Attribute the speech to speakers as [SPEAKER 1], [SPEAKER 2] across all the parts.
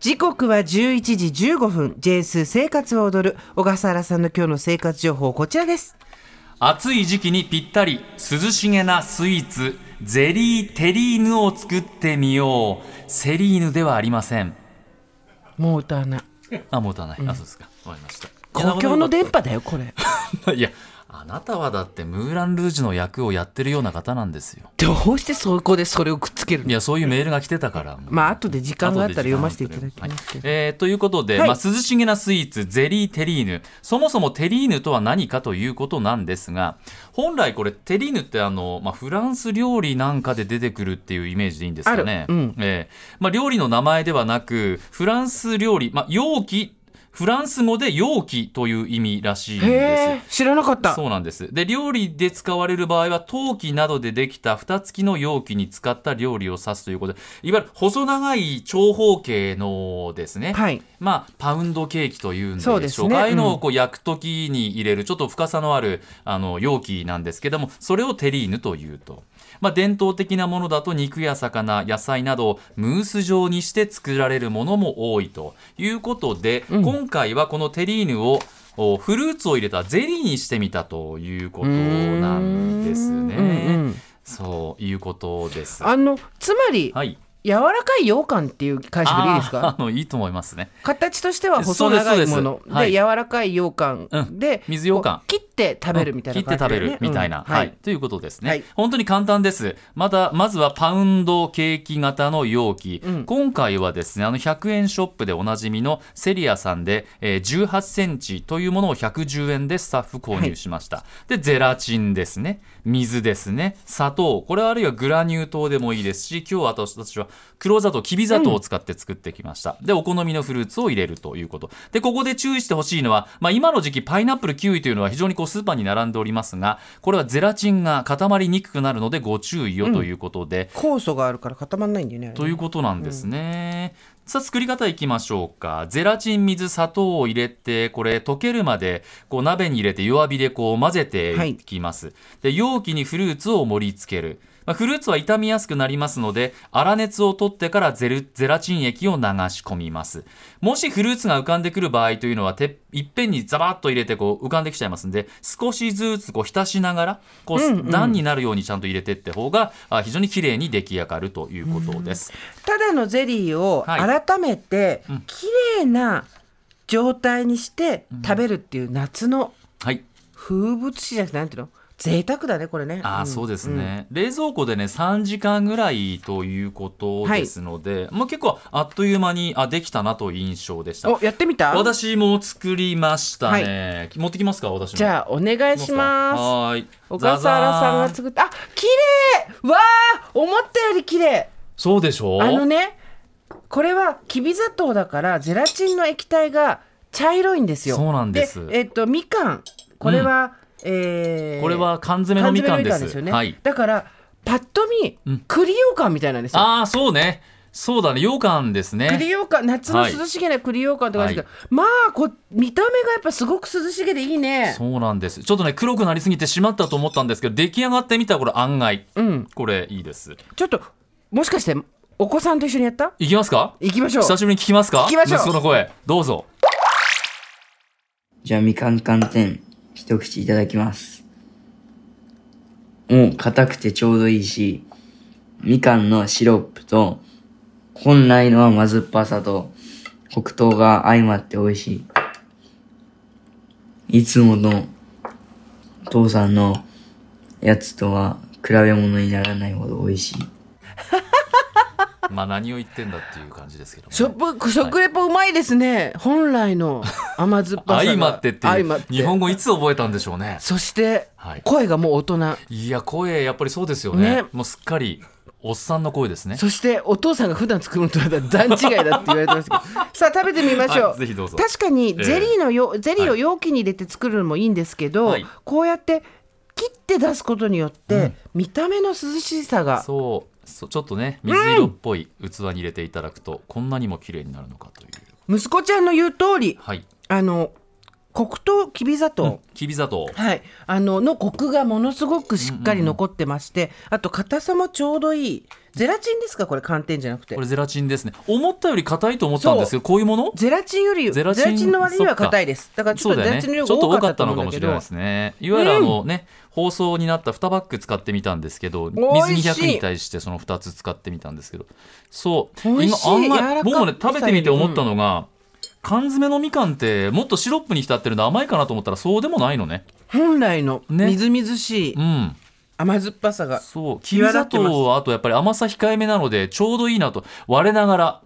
[SPEAKER 1] 時刻は11時15分 J ス生活を踊る小笠原さんの今日の生活情報こちらです
[SPEAKER 2] 暑い時期にぴったり涼しげなスイーツゼリーテリーヌを作ってみようセリーヌではありません
[SPEAKER 1] もう歌わない
[SPEAKER 2] あもう歌わない、あそうですかわかりました
[SPEAKER 1] 公共の電波だよこれ
[SPEAKER 2] いやあなたはだってムーラン・ルージュの役をやってるような方なんですよ
[SPEAKER 1] どうしてそこでそれをくっつける
[SPEAKER 2] い
[SPEAKER 1] の
[SPEAKER 2] やそういうメールが来てたからもう
[SPEAKER 1] まあ後で時間があったら読ませていただき
[SPEAKER 2] は
[SPEAKER 1] ますけど、
[SPEAKER 2] えーということで、
[SPEAKER 1] はい
[SPEAKER 2] まあ、涼しげなスイーツゼリーテリーヌそもそもテリーヌとは何かということなんですが本来これテリーヌってあの、まあ、フランス料理なんかで出てくるっていうイメージでいいんですかね、
[SPEAKER 1] あるうん
[SPEAKER 2] えーまあ、料理の名前ではなくフランス料理、まあ、容器フランス語で容器という意味らしいんですよ
[SPEAKER 1] へえ知らなかった
[SPEAKER 2] そうなんですで料理で使われる場合は陶器などでできた蓋付きの容器に使った料理を指すということでいわゆる細長い長方形のですね、
[SPEAKER 1] はい
[SPEAKER 2] まあ、パウンドケーキというんでし
[SPEAKER 1] そ
[SPEAKER 2] ょ
[SPEAKER 1] う
[SPEAKER 2] う
[SPEAKER 1] です
[SPEAKER 2] か、
[SPEAKER 1] ね
[SPEAKER 2] ああいう
[SPEAKER 1] う
[SPEAKER 2] のをこう焼く時に入れるちょっと深さのあるあの容器なんですけどもそれをテリーヌというと。まあ、伝統的なものだと肉や魚野菜などをムース状にして作られるものも多いということで、今回はこのテリーヌをおフルーツを入れたゼリーにしてみたということなんですね。
[SPEAKER 1] うんうん
[SPEAKER 2] そういうことです。
[SPEAKER 1] あのつまり、
[SPEAKER 2] はい。
[SPEAKER 1] 柔らかい羊羹っていう解釈でいいです
[SPEAKER 2] あー
[SPEAKER 1] か
[SPEAKER 2] あのいいと思いますね。
[SPEAKER 1] 形としては細長いも
[SPEAKER 2] そう
[SPEAKER 1] の
[SPEAKER 2] ですそう
[SPEAKER 1] で
[SPEAKER 2] ですはい
[SPEAKER 1] 柔らかい羊羹
[SPEAKER 2] うん
[SPEAKER 1] で、
[SPEAKER 2] 水羊羹
[SPEAKER 1] こう切って食べるみたいな
[SPEAKER 2] 切って
[SPEAKER 1] 感じだ
[SPEAKER 2] 食べ
[SPEAKER 1] よね、
[SPEAKER 2] るみたいな、
[SPEAKER 1] うん
[SPEAKER 2] はい、ということですね、
[SPEAKER 1] はい
[SPEAKER 2] 本当に簡単ですまたまずはパウンドケーキ型の容器、
[SPEAKER 1] うん
[SPEAKER 2] 今回はですねあの100円ショップでおなじみのセリアさんで、えー18センチというものを110円でスタッフ購入しました、でゼラチンですね水ですね砂糖これはあるいはグラニュー糖でもいいですし今日は私は黒砂糖きび砂糖を使って作ってきました、でお好みのフルーツを入れるということでここで注意してほしいのは、まあ、今の時期パイナップルキウイというのは非常にこうスーパーに並んでおりますがこれはゼラチンが固まりにくくなるのでご注意をということで、
[SPEAKER 1] 酵素があるから固まんないんだよねあれね
[SPEAKER 2] ということなんですね、さあ作り方いきましょうかゼラチン水砂糖を入れてこれ溶けるまでこう鍋に入れて弱火でこう混ぜていきます、で容器にフルーツを盛り付けるまあフルーツは傷みやすくなりますので粗熱を取ってからゼルゼラチン液を流し込みますもしフルーツが浮かんでくる場合というのはていっぺんにザバッと入れてこう浮かんできちゃいますんで少しずつこう浸しながらこう段になるようにちゃんと入れてって方があ非常に綺麗に出来上がるということです、
[SPEAKER 1] ただのゼリーを
[SPEAKER 2] は
[SPEAKER 1] 改めて綺麗な状態にして食べるっていう夏の
[SPEAKER 2] はい。
[SPEAKER 1] 風物詩じゃなくてなんていうの贅沢だねこれね
[SPEAKER 2] ああ、
[SPEAKER 1] ん
[SPEAKER 2] そうですね、冷蔵庫でね、3時間ぐらいということですので、もう結構あっという間に、あ、できたなという印象でした。
[SPEAKER 1] おやってみた
[SPEAKER 2] 私も作りましたね。持ってきますか私も。
[SPEAKER 1] じゃあお願いします
[SPEAKER 2] はーい。
[SPEAKER 1] 小笠原さんが
[SPEAKER 2] ザザーン
[SPEAKER 1] 作ったあ綺麗わあ思ったより綺麗
[SPEAKER 2] そうでしょう
[SPEAKER 1] あのねこれはきび砂糖だからゼラチンの液体が茶色いんですよ
[SPEAKER 2] そうなんです
[SPEAKER 1] えっとみかんこれは、えー
[SPEAKER 2] これは缶詰のみかんで
[SPEAKER 1] 缶詰のみかん
[SPEAKER 2] す。
[SPEAKER 1] ですよね、
[SPEAKER 2] はい。
[SPEAKER 1] だからパッと見、
[SPEAKER 2] うん
[SPEAKER 1] 栗羊羹みたいなんですよ
[SPEAKER 2] ああ、そうね。そうだね。羊羹です
[SPEAKER 1] 栗
[SPEAKER 2] ね。
[SPEAKER 1] 羊羹夏の涼しげな栗羊羹とかですけど、まあこ見た目がやっぱすごく涼しげでいいね
[SPEAKER 2] そうなんです。ちょっとね、黒くなりすぎてしまったと思ったんですけど、出来上がってみたらこれ案外、
[SPEAKER 1] うん
[SPEAKER 2] これいいです。
[SPEAKER 1] ちょっともしかしてお子さんと一緒にやった
[SPEAKER 2] いきますか
[SPEAKER 1] 行きましょう
[SPEAKER 2] 久しぶりに聞きますか
[SPEAKER 1] 聞きましょう
[SPEAKER 2] 息子の声どうぞ
[SPEAKER 3] じゃあ、みかん寒天、一口いただきます。もう硬くてちょうどいいし、みかんのシロップと、本来の甘酸っぱさと、黒糖が相まって美味しい。いつもの、お父さんのやつとは比べ物にならないほど美味しい。
[SPEAKER 2] まあ何を言ってんだっていう感じですけども
[SPEAKER 1] 食食レポうまいですね、本来の甘酸っぱさが
[SPEAKER 2] 相まってってい
[SPEAKER 1] 相ま
[SPEAKER 2] う
[SPEAKER 1] って
[SPEAKER 2] 日本語いつ覚えたんでしょうね
[SPEAKER 1] そして、
[SPEAKER 2] はい
[SPEAKER 1] 声がもう大人、
[SPEAKER 2] いや声やっぱりそうですよね
[SPEAKER 1] ね
[SPEAKER 2] もうすっかりおっさんの声ですね
[SPEAKER 1] そしてお父さんが普段作るのとは段違いだって言われてますけど さあ食べてみましょう、
[SPEAKER 2] はいぜひどうぞ
[SPEAKER 1] 確かにゼリーのよ、ゼリーを
[SPEAKER 2] はい
[SPEAKER 1] 容器に入れて作るのもいいんですけど、
[SPEAKER 2] はい
[SPEAKER 1] こうやって切って出すことによって、見た目の涼しさが
[SPEAKER 2] そうそうちょっとね水色っぽい器に入れていただくとこんなにも綺麗になるのかという
[SPEAKER 1] 息子ちゃんの言う通り
[SPEAKER 2] はい
[SPEAKER 1] あの黒糖きび砂糖、
[SPEAKER 2] きび砂糖。
[SPEAKER 1] はい、あののコクがものすごくしっかり残ってまして、あと硬さもちょうどいいゼラチンですかこれ寒天じゃなくて
[SPEAKER 2] これゼラチンですね。思ったより硬いと思ったんですけど、こういうもの
[SPEAKER 1] ゼラチンより
[SPEAKER 2] ゼ
[SPEAKER 1] ゼ
[SPEAKER 2] ラ
[SPEAKER 1] ラ
[SPEAKER 2] チ
[SPEAKER 1] チ
[SPEAKER 2] ン
[SPEAKER 1] ンの割に
[SPEAKER 2] そっ
[SPEAKER 1] は
[SPEAKER 2] か
[SPEAKER 1] 硬いですだからちょ
[SPEAKER 2] そ
[SPEAKER 1] っ
[SPEAKER 2] う
[SPEAKER 1] と
[SPEAKER 2] だ
[SPEAKER 1] ゼラ
[SPEAKER 2] よね。
[SPEAKER 1] チ
[SPEAKER 2] ち
[SPEAKER 1] ンの
[SPEAKER 2] ょっ
[SPEAKER 1] 量が多
[SPEAKER 2] と多
[SPEAKER 1] か
[SPEAKER 2] か
[SPEAKER 1] っ
[SPEAKER 2] ったた
[SPEAKER 1] と
[SPEAKER 2] の
[SPEAKER 1] 思
[SPEAKER 2] か
[SPEAKER 1] うんだけ
[SPEAKER 2] もし
[SPEAKER 1] ど
[SPEAKER 2] れないですね。いわゆるあのね、包装になった2パック使ってみたんですけど、水
[SPEAKER 1] 美味しい
[SPEAKER 2] 200に対してその2つ使ってみたんですけど、そう、
[SPEAKER 1] 美味
[SPEAKER 2] 今
[SPEAKER 1] しい
[SPEAKER 2] あん
[SPEAKER 1] 柔ら
[SPEAKER 2] ま
[SPEAKER 1] か
[SPEAKER 2] り、
[SPEAKER 1] い
[SPEAKER 2] 僕もね、食べてみて思ったのが、缶詰のみかんってもっとシロップに浸ってるの甘いかなと思ったらそうでもないのね。
[SPEAKER 1] 本来の
[SPEAKER 2] ね
[SPEAKER 1] みずみずしい
[SPEAKER 2] うん。
[SPEAKER 1] 甘酸っぱさが、
[SPEAKER 2] そう、きび
[SPEAKER 1] 際立
[SPEAKER 2] 砂
[SPEAKER 1] ってます
[SPEAKER 2] 糖はあとやっぱり甘さ控えめなので、ちょうどいいなと、我ながら。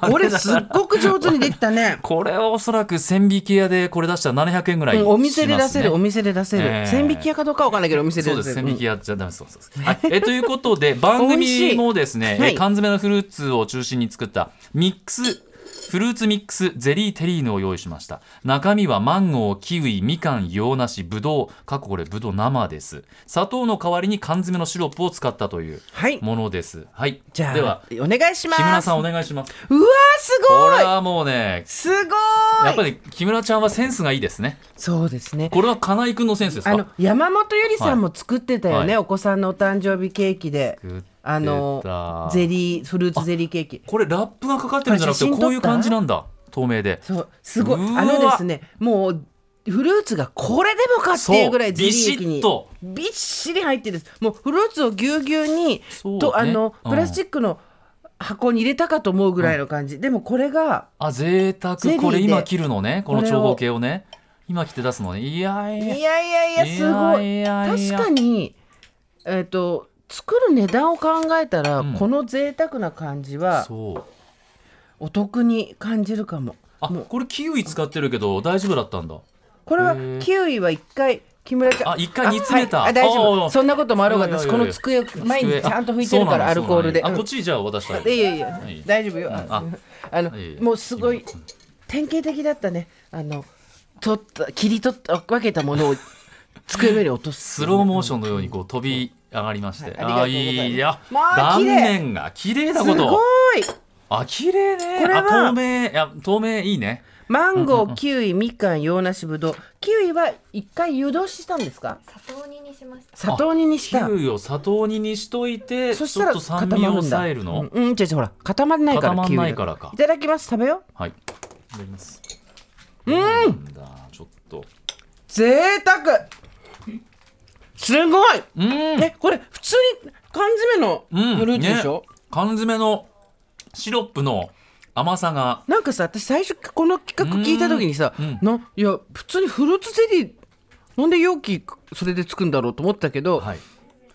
[SPEAKER 1] これすっごく上手にできたね
[SPEAKER 2] これはおそらく千引き屋でこれ出したら700円ぐらいし
[SPEAKER 1] う
[SPEAKER 2] ます、
[SPEAKER 1] んお
[SPEAKER 2] ね
[SPEAKER 1] 店で出せる、お店で出せる、
[SPEAKER 2] ええ
[SPEAKER 1] 千匹屋かどうかわかんないけどお店で
[SPEAKER 2] そうで
[SPEAKER 1] 出
[SPEAKER 2] す
[SPEAKER 1] せ
[SPEAKER 2] 千
[SPEAKER 1] る
[SPEAKER 2] 引き屋じゃダメですそうですそうですはいえということ で番
[SPEAKER 1] 美味し
[SPEAKER 2] 組
[SPEAKER 1] い
[SPEAKER 2] もですね、
[SPEAKER 1] は
[SPEAKER 2] え
[SPEAKER 1] い
[SPEAKER 2] 缶詰のフルーツを中心に作ったミックスフルーツミックスゼリーテリーヌを用意しました中身はマンゴーキウイみかん洋梨ぶどうかっここれぶどう生です砂糖の代わりに缶詰のシロップを使ったという
[SPEAKER 1] はい
[SPEAKER 2] ものですはい
[SPEAKER 1] じゃあ
[SPEAKER 2] では
[SPEAKER 1] お願いします
[SPEAKER 2] 木村さんお願いします
[SPEAKER 1] うわーす
[SPEAKER 2] こ
[SPEAKER 1] ご
[SPEAKER 2] れ
[SPEAKER 1] い
[SPEAKER 2] はもうね
[SPEAKER 1] すご
[SPEAKER 2] や
[SPEAKER 1] ー
[SPEAKER 2] っ
[SPEAKER 1] い
[SPEAKER 2] ぱり木村ちゃんはセンスがいいですね
[SPEAKER 1] そうですね
[SPEAKER 2] これは金井君のセンスですか
[SPEAKER 1] あの山本ゆりさんも作ってたよ
[SPEAKER 2] はい
[SPEAKER 1] ね、
[SPEAKER 2] はい
[SPEAKER 1] お子さんのお誕生日ケーキで
[SPEAKER 2] 作ってた
[SPEAKER 1] あのゼリーフルーツゼリーケーキ
[SPEAKER 2] これラップがかかってるんじゃなくて
[SPEAKER 1] あ写真撮った
[SPEAKER 2] こういう感じなんだ透明で
[SPEAKER 1] そうすごいう
[SPEAKER 2] ーわ
[SPEAKER 1] あのですねもうフルーツがこれでもかっていうぐらいゼリー液に
[SPEAKER 2] そう
[SPEAKER 1] びっしり入ってるんですもうフルーツをぎゅうぎゅうに
[SPEAKER 2] そうね
[SPEAKER 1] とあの
[SPEAKER 2] うん
[SPEAKER 1] プラスチックの箱に入れたかと思うぐらいの感じ、でもこれが
[SPEAKER 2] あ贅沢
[SPEAKER 1] ゼリーで
[SPEAKER 2] これ今切るのねこの長方形をね今切って出すのねいや
[SPEAKER 1] い
[SPEAKER 2] い
[SPEAKER 1] や
[SPEAKER 2] や
[SPEAKER 1] いやいやすごい
[SPEAKER 2] いやい
[SPEAKER 1] 確
[SPEAKER 2] や
[SPEAKER 1] かにえっ、と作る値段を考えたら、
[SPEAKER 2] うん
[SPEAKER 1] この贅沢な感じは
[SPEAKER 2] そう
[SPEAKER 1] お得に感じるかも
[SPEAKER 2] あ
[SPEAKER 1] もう
[SPEAKER 2] これキウイ使ってるけど大丈夫だったんだ
[SPEAKER 1] これは
[SPEAKER 2] へー
[SPEAKER 1] キウイは一回木村ちゃん
[SPEAKER 2] あ一回煮詰め
[SPEAKER 1] あ
[SPEAKER 2] た
[SPEAKER 1] はいあ大丈
[SPEAKER 2] ああ
[SPEAKER 1] 夫そんなこともあろうがです
[SPEAKER 2] いやい
[SPEAKER 1] こ
[SPEAKER 2] やいや
[SPEAKER 1] の机を前に
[SPEAKER 2] 机
[SPEAKER 1] ちゃんと
[SPEAKER 2] あ
[SPEAKER 1] 拭いてるからア
[SPEAKER 2] そ
[SPEAKER 1] ル
[SPEAKER 2] うなんだ
[SPEAKER 1] コールで
[SPEAKER 2] そうなん
[SPEAKER 1] う
[SPEAKER 2] だあこっ
[SPEAKER 1] ん
[SPEAKER 2] ちにじゃあ渡したら
[SPEAKER 1] いやいや
[SPEAKER 2] はい
[SPEAKER 1] 大丈夫よ
[SPEAKER 2] あ
[SPEAKER 1] ああの
[SPEAKER 2] いやいや
[SPEAKER 1] もうすごい典型的だったねあの取った切り取った分けたものを机の上に落とす
[SPEAKER 2] スローモーションのようにこう飛び上がりまし
[SPEAKER 1] はい
[SPEAKER 2] て、
[SPEAKER 1] ありがとうございます
[SPEAKER 2] あいや
[SPEAKER 1] まあ
[SPEAKER 2] 断
[SPEAKER 1] 綺麗
[SPEAKER 2] 面が綺麗だ
[SPEAKER 1] すご
[SPEAKER 2] こ
[SPEAKER 1] い
[SPEAKER 2] とあ綺麗ね
[SPEAKER 1] これは
[SPEAKER 2] あ透明いや透明いいね
[SPEAKER 1] マンゴーキウイみかん洋梨ぶどうキウイは一回湯通ししたんですか
[SPEAKER 4] 砂糖煮にしました。
[SPEAKER 1] 砂糖煮にし
[SPEAKER 2] キ
[SPEAKER 1] た
[SPEAKER 2] ウイを砂糖煮にしといて
[SPEAKER 1] そし
[SPEAKER 2] ち
[SPEAKER 1] た
[SPEAKER 2] ょっ
[SPEAKER 1] ら
[SPEAKER 2] と
[SPEAKER 1] 固
[SPEAKER 2] 酸
[SPEAKER 1] まる
[SPEAKER 2] 味を
[SPEAKER 1] んだ
[SPEAKER 2] 抑えるの、
[SPEAKER 1] うんうんじゃあほら固まらないから
[SPEAKER 2] 固まんない
[SPEAKER 1] キウイが
[SPEAKER 2] からか
[SPEAKER 1] いただきます食べよう
[SPEAKER 2] はいいただきますうんだちょっと
[SPEAKER 1] 贅沢すごい
[SPEAKER 2] うん
[SPEAKER 1] えこれ普通に缶詰の
[SPEAKER 2] うん
[SPEAKER 1] フルーツでしょ、
[SPEAKER 2] ね缶詰のシロップの甘さが
[SPEAKER 1] なんかさ私最初この企画聞いた時にさ、
[SPEAKER 2] うん
[SPEAKER 1] ないや普通にフルーツゼリーなんで容器それでつくんだろうと思ったけど、
[SPEAKER 2] はい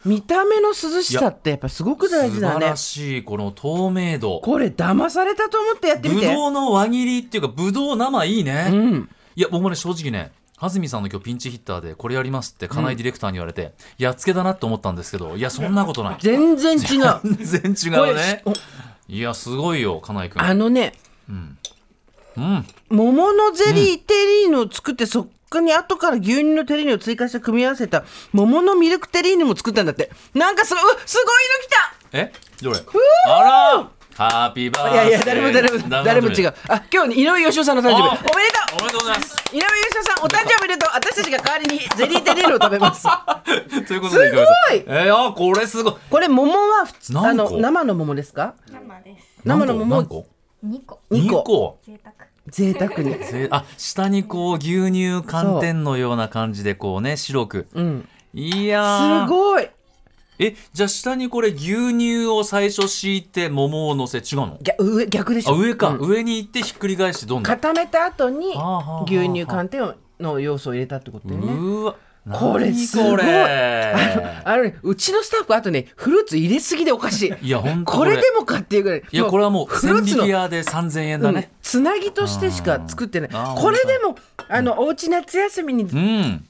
[SPEAKER 1] 見た目の涼しさってやっぱすごく大
[SPEAKER 2] 素
[SPEAKER 1] 事
[SPEAKER 2] 晴
[SPEAKER 1] だね
[SPEAKER 2] らしいこの透明度
[SPEAKER 1] これ騙されたと思ってやってみ
[SPEAKER 2] ぶ
[SPEAKER 1] て
[SPEAKER 2] どうの輪切りっていうかぶどう生いいね、
[SPEAKER 1] うん
[SPEAKER 2] いや僕もね正直ね安住さんの今日ピンチヒッターでこれやりますって金井ディレクターに言われて、やっつけだなって思ったんですけどいやそんなことない
[SPEAKER 1] 全然違う
[SPEAKER 2] 全然
[SPEAKER 1] こ
[SPEAKER 2] 違
[SPEAKER 1] れ
[SPEAKER 2] うね
[SPEAKER 1] お
[SPEAKER 2] いやすごいよ金井君
[SPEAKER 1] あのね
[SPEAKER 2] うん
[SPEAKER 1] 桃のゼリーテリーヌを作って、そっかに後から牛乳のテリーヌを追加して組み合わせた桃のミルクテリーヌも作ったんだってなんかすごいうわすごいの来た
[SPEAKER 2] えどれあらハッピーバース
[SPEAKER 1] い
[SPEAKER 2] デー
[SPEAKER 1] やいや、誰も誰も、誰も違う。あ、今日、井上芳雄さんの誕生日。お
[SPEAKER 2] あ
[SPEAKER 1] めでとう
[SPEAKER 2] おめでとうございます
[SPEAKER 1] 井上芳雄さん、お誕生日おめでとう私たちが代わりにゼリーテリーヌを食べ ます。
[SPEAKER 2] ということです
[SPEAKER 1] ごい
[SPEAKER 2] えー、あこれすごい
[SPEAKER 1] これ、桃は普通、
[SPEAKER 2] 何個
[SPEAKER 1] あの、生の桃ですか
[SPEAKER 4] 生です。
[SPEAKER 1] 生の桃
[SPEAKER 2] 何個
[SPEAKER 4] 2個。
[SPEAKER 2] 何
[SPEAKER 1] 2
[SPEAKER 2] 個
[SPEAKER 1] 個。
[SPEAKER 4] 贅沢。
[SPEAKER 1] 贅沢に。
[SPEAKER 2] ぜあ下にこう牛乳寒天のような感じでこうね白く
[SPEAKER 1] うん。
[SPEAKER 2] いやー
[SPEAKER 1] すごい。い
[SPEAKER 2] えじゃあ下にこれ牛乳を最初敷いて桃を乗せ違うの
[SPEAKER 1] や上、逆でし
[SPEAKER 2] あ
[SPEAKER 1] ょ。
[SPEAKER 2] 上か、
[SPEAKER 1] うん
[SPEAKER 2] 上に行ってひっくり返してどんどん
[SPEAKER 1] 固めた後に
[SPEAKER 2] はあはあはあ、
[SPEAKER 1] 牛乳寒天の要素を入れたってこと
[SPEAKER 2] う
[SPEAKER 1] よね。
[SPEAKER 2] ーわ
[SPEAKER 1] これ、
[SPEAKER 2] 何
[SPEAKER 1] すご
[SPEAKER 2] こ
[SPEAKER 1] い。
[SPEAKER 2] れ
[SPEAKER 1] あのあのね、うちのスタッフ、あとね、フルーツ入れすぎでおかしい。
[SPEAKER 2] いやほんと
[SPEAKER 1] これでもかっていうぐらい。
[SPEAKER 2] いやこれはもう
[SPEAKER 1] フル
[SPEAKER 2] 千
[SPEAKER 1] ーツの
[SPEAKER 2] 匹屋で3000円だ
[SPEAKER 1] うん
[SPEAKER 2] ね
[SPEAKER 1] つなぎとしてしか作ってない
[SPEAKER 2] あー
[SPEAKER 1] これでもあのおうち夏休みに
[SPEAKER 2] うん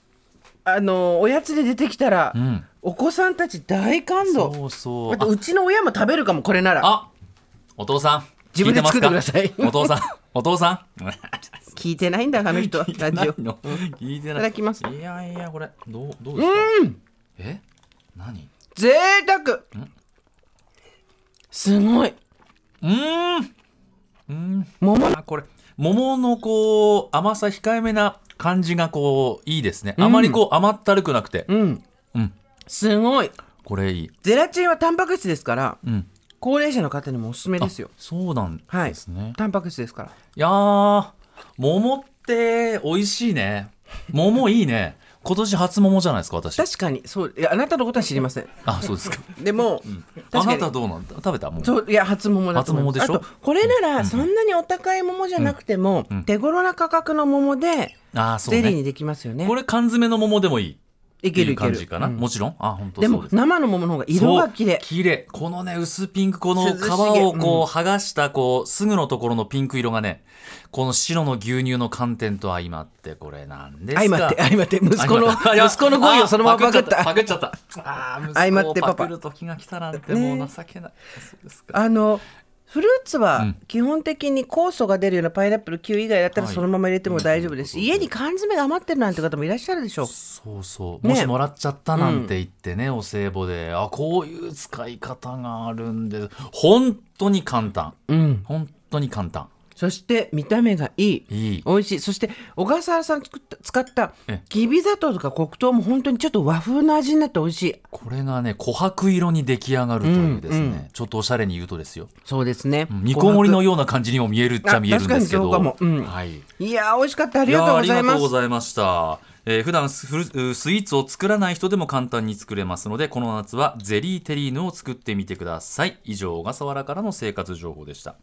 [SPEAKER 1] あのおやつで出てきたら
[SPEAKER 2] うん
[SPEAKER 1] お子さんたち大感
[SPEAKER 2] そ
[SPEAKER 1] 動
[SPEAKER 2] うそう
[SPEAKER 1] あとうちの親も食べるかもこれなら
[SPEAKER 2] あお父さん
[SPEAKER 1] 自分で作ってください
[SPEAKER 2] 聞てますかお 父さんお父さん
[SPEAKER 1] 聞いてないんだあの人はラ
[SPEAKER 2] な
[SPEAKER 1] ジ
[SPEAKER 2] い
[SPEAKER 1] オ
[SPEAKER 2] の聞いてない
[SPEAKER 1] ただきます
[SPEAKER 2] いやいやこれどうどうですかえ何
[SPEAKER 1] 贅沢すごいう
[SPEAKER 2] ーんうーん
[SPEAKER 1] 桃
[SPEAKER 2] あこれ桃のこう甘さ控えめな感じがこう、いいですね。あまりこう、甘ったるくなくて。
[SPEAKER 1] うん。
[SPEAKER 2] うん。
[SPEAKER 1] すごい。
[SPEAKER 2] これいい。
[SPEAKER 1] ゼラチンはタンパク質ですから、
[SPEAKER 2] うん。
[SPEAKER 1] 高齢者の方にもおすすめですよ
[SPEAKER 2] あ。そうなん
[SPEAKER 1] はい
[SPEAKER 2] ですね。い、
[SPEAKER 1] タンパク質ですから。
[SPEAKER 2] やー、桃って美味しいね。桃いいね。今年初桃じゃないですか、私。
[SPEAKER 1] 確かに、そう、いや、あなたのことは知りません。
[SPEAKER 2] あ、そうですか。
[SPEAKER 1] でも、
[SPEAKER 2] あ
[SPEAKER 1] 確か
[SPEAKER 2] な
[SPEAKER 1] に
[SPEAKER 2] たどうなんだ食べたもう。
[SPEAKER 1] そういや初桃だと思います
[SPEAKER 2] 初桃でしょ
[SPEAKER 1] あとこれならそんなにお高い桃じゃなくても、
[SPEAKER 2] んうん
[SPEAKER 1] 手頃な価格の桃で
[SPEAKER 2] あー、そう
[SPEAKER 1] ゼリーに
[SPEAKER 2] ね。
[SPEAKER 1] できますよね。
[SPEAKER 2] これ缶詰の桃でもいい。
[SPEAKER 1] い
[SPEAKER 2] い
[SPEAKER 1] ける
[SPEAKER 2] う
[SPEAKER 1] いけ
[SPEAKER 2] 感
[SPEAKER 1] る。
[SPEAKER 2] じかな。
[SPEAKER 1] うん
[SPEAKER 2] もちろん。あ、本当
[SPEAKER 1] で
[SPEAKER 2] そう
[SPEAKER 1] も
[SPEAKER 2] です。
[SPEAKER 1] 生の桃の方が色が綺麗
[SPEAKER 2] そう。綺麗。このね、薄ピンク、この
[SPEAKER 1] 涼しげ
[SPEAKER 2] 皮をこう、剥がした、こう、すぐのところのピンク色がね、この白の牛乳の寒天と相まって、これなんですか
[SPEAKER 1] 相まって相まって息子の
[SPEAKER 2] 相まって
[SPEAKER 1] 息子の語彙をそのままパクっ
[SPEAKER 2] あ
[SPEAKER 1] た。
[SPEAKER 2] パクっちゃった。 ああー、
[SPEAKER 1] 相ま
[SPEAKER 2] 息
[SPEAKER 1] っ
[SPEAKER 2] 子を
[SPEAKER 1] てパパ
[SPEAKER 2] パクる時が来たなんてもう情けない。そうですか。
[SPEAKER 1] あのフルーツ
[SPEAKER 2] う
[SPEAKER 1] は
[SPEAKER 2] ん
[SPEAKER 1] 基本的に酵素が出るようなパイナップルキウイ以外だったら
[SPEAKER 2] はい
[SPEAKER 1] そのまま入れても大丈夫ですし、
[SPEAKER 2] うん
[SPEAKER 1] 家に缶詰が余ってるなんて方もいらっしゃるでしょう。
[SPEAKER 2] そうそう。
[SPEAKER 1] ね
[SPEAKER 2] もしもらっちゃったなんて言ってね、お歳暮で、あ、こういう使い方があるんです。本当に簡単。
[SPEAKER 1] うん。
[SPEAKER 2] 本当に簡単。
[SPEAKER 1] そして見た目がいい。
[SPEAKER 2] いい。
[SPEAKER 1] 美味しいそして小笠原さん作った使った
[SPEAKER 2] ええ
[SPEAKER 1] きび砂糖とか黒糖も本当にちょっと和風の味になって美味しい
[SPEAKER 2] これがね、琥珀色に出来上がるというですね、
[SPEAKER 1] うんうん
[SPEAKER 2] ちょっとおしゃれに言うとですよ。
[SPEAKER 1] そうですね、
[SPEAKER 2] うん煮こもりの
[SPEAKER 1] 琥
[SPEAKER 2] ような感じにも見えるっちゃ見えるんですけど。
[SPEAKER 1] あ確かにそうかもうん
[SPEAKER 2] はい。
[SPEAKER 1] 珀いやー美味しかったあ
[SPEAKER 2] い
[SPEAKER 1] りがと
[SPEAKER 2] や
[SPEAKER 1] う
[SPEAKER 2] あ
[SPEAKER 1] ご
[SPEAKER 2] り
[SPEAKER 1] ざ
[SPEAKER 2] が
[SPEAKER 1] い
[SPEAKER 2] と
[SPEAKER 1] ま
[SPEAKER 2] う
[SPEAKER 1] す
[SPEAKER 2] ございました。えー普段スフルスイーツを作らない人でも簡単に作れますので、この夏はゼリーテリーヌを作ってみてください。以上、小笠原からの生活情報でした。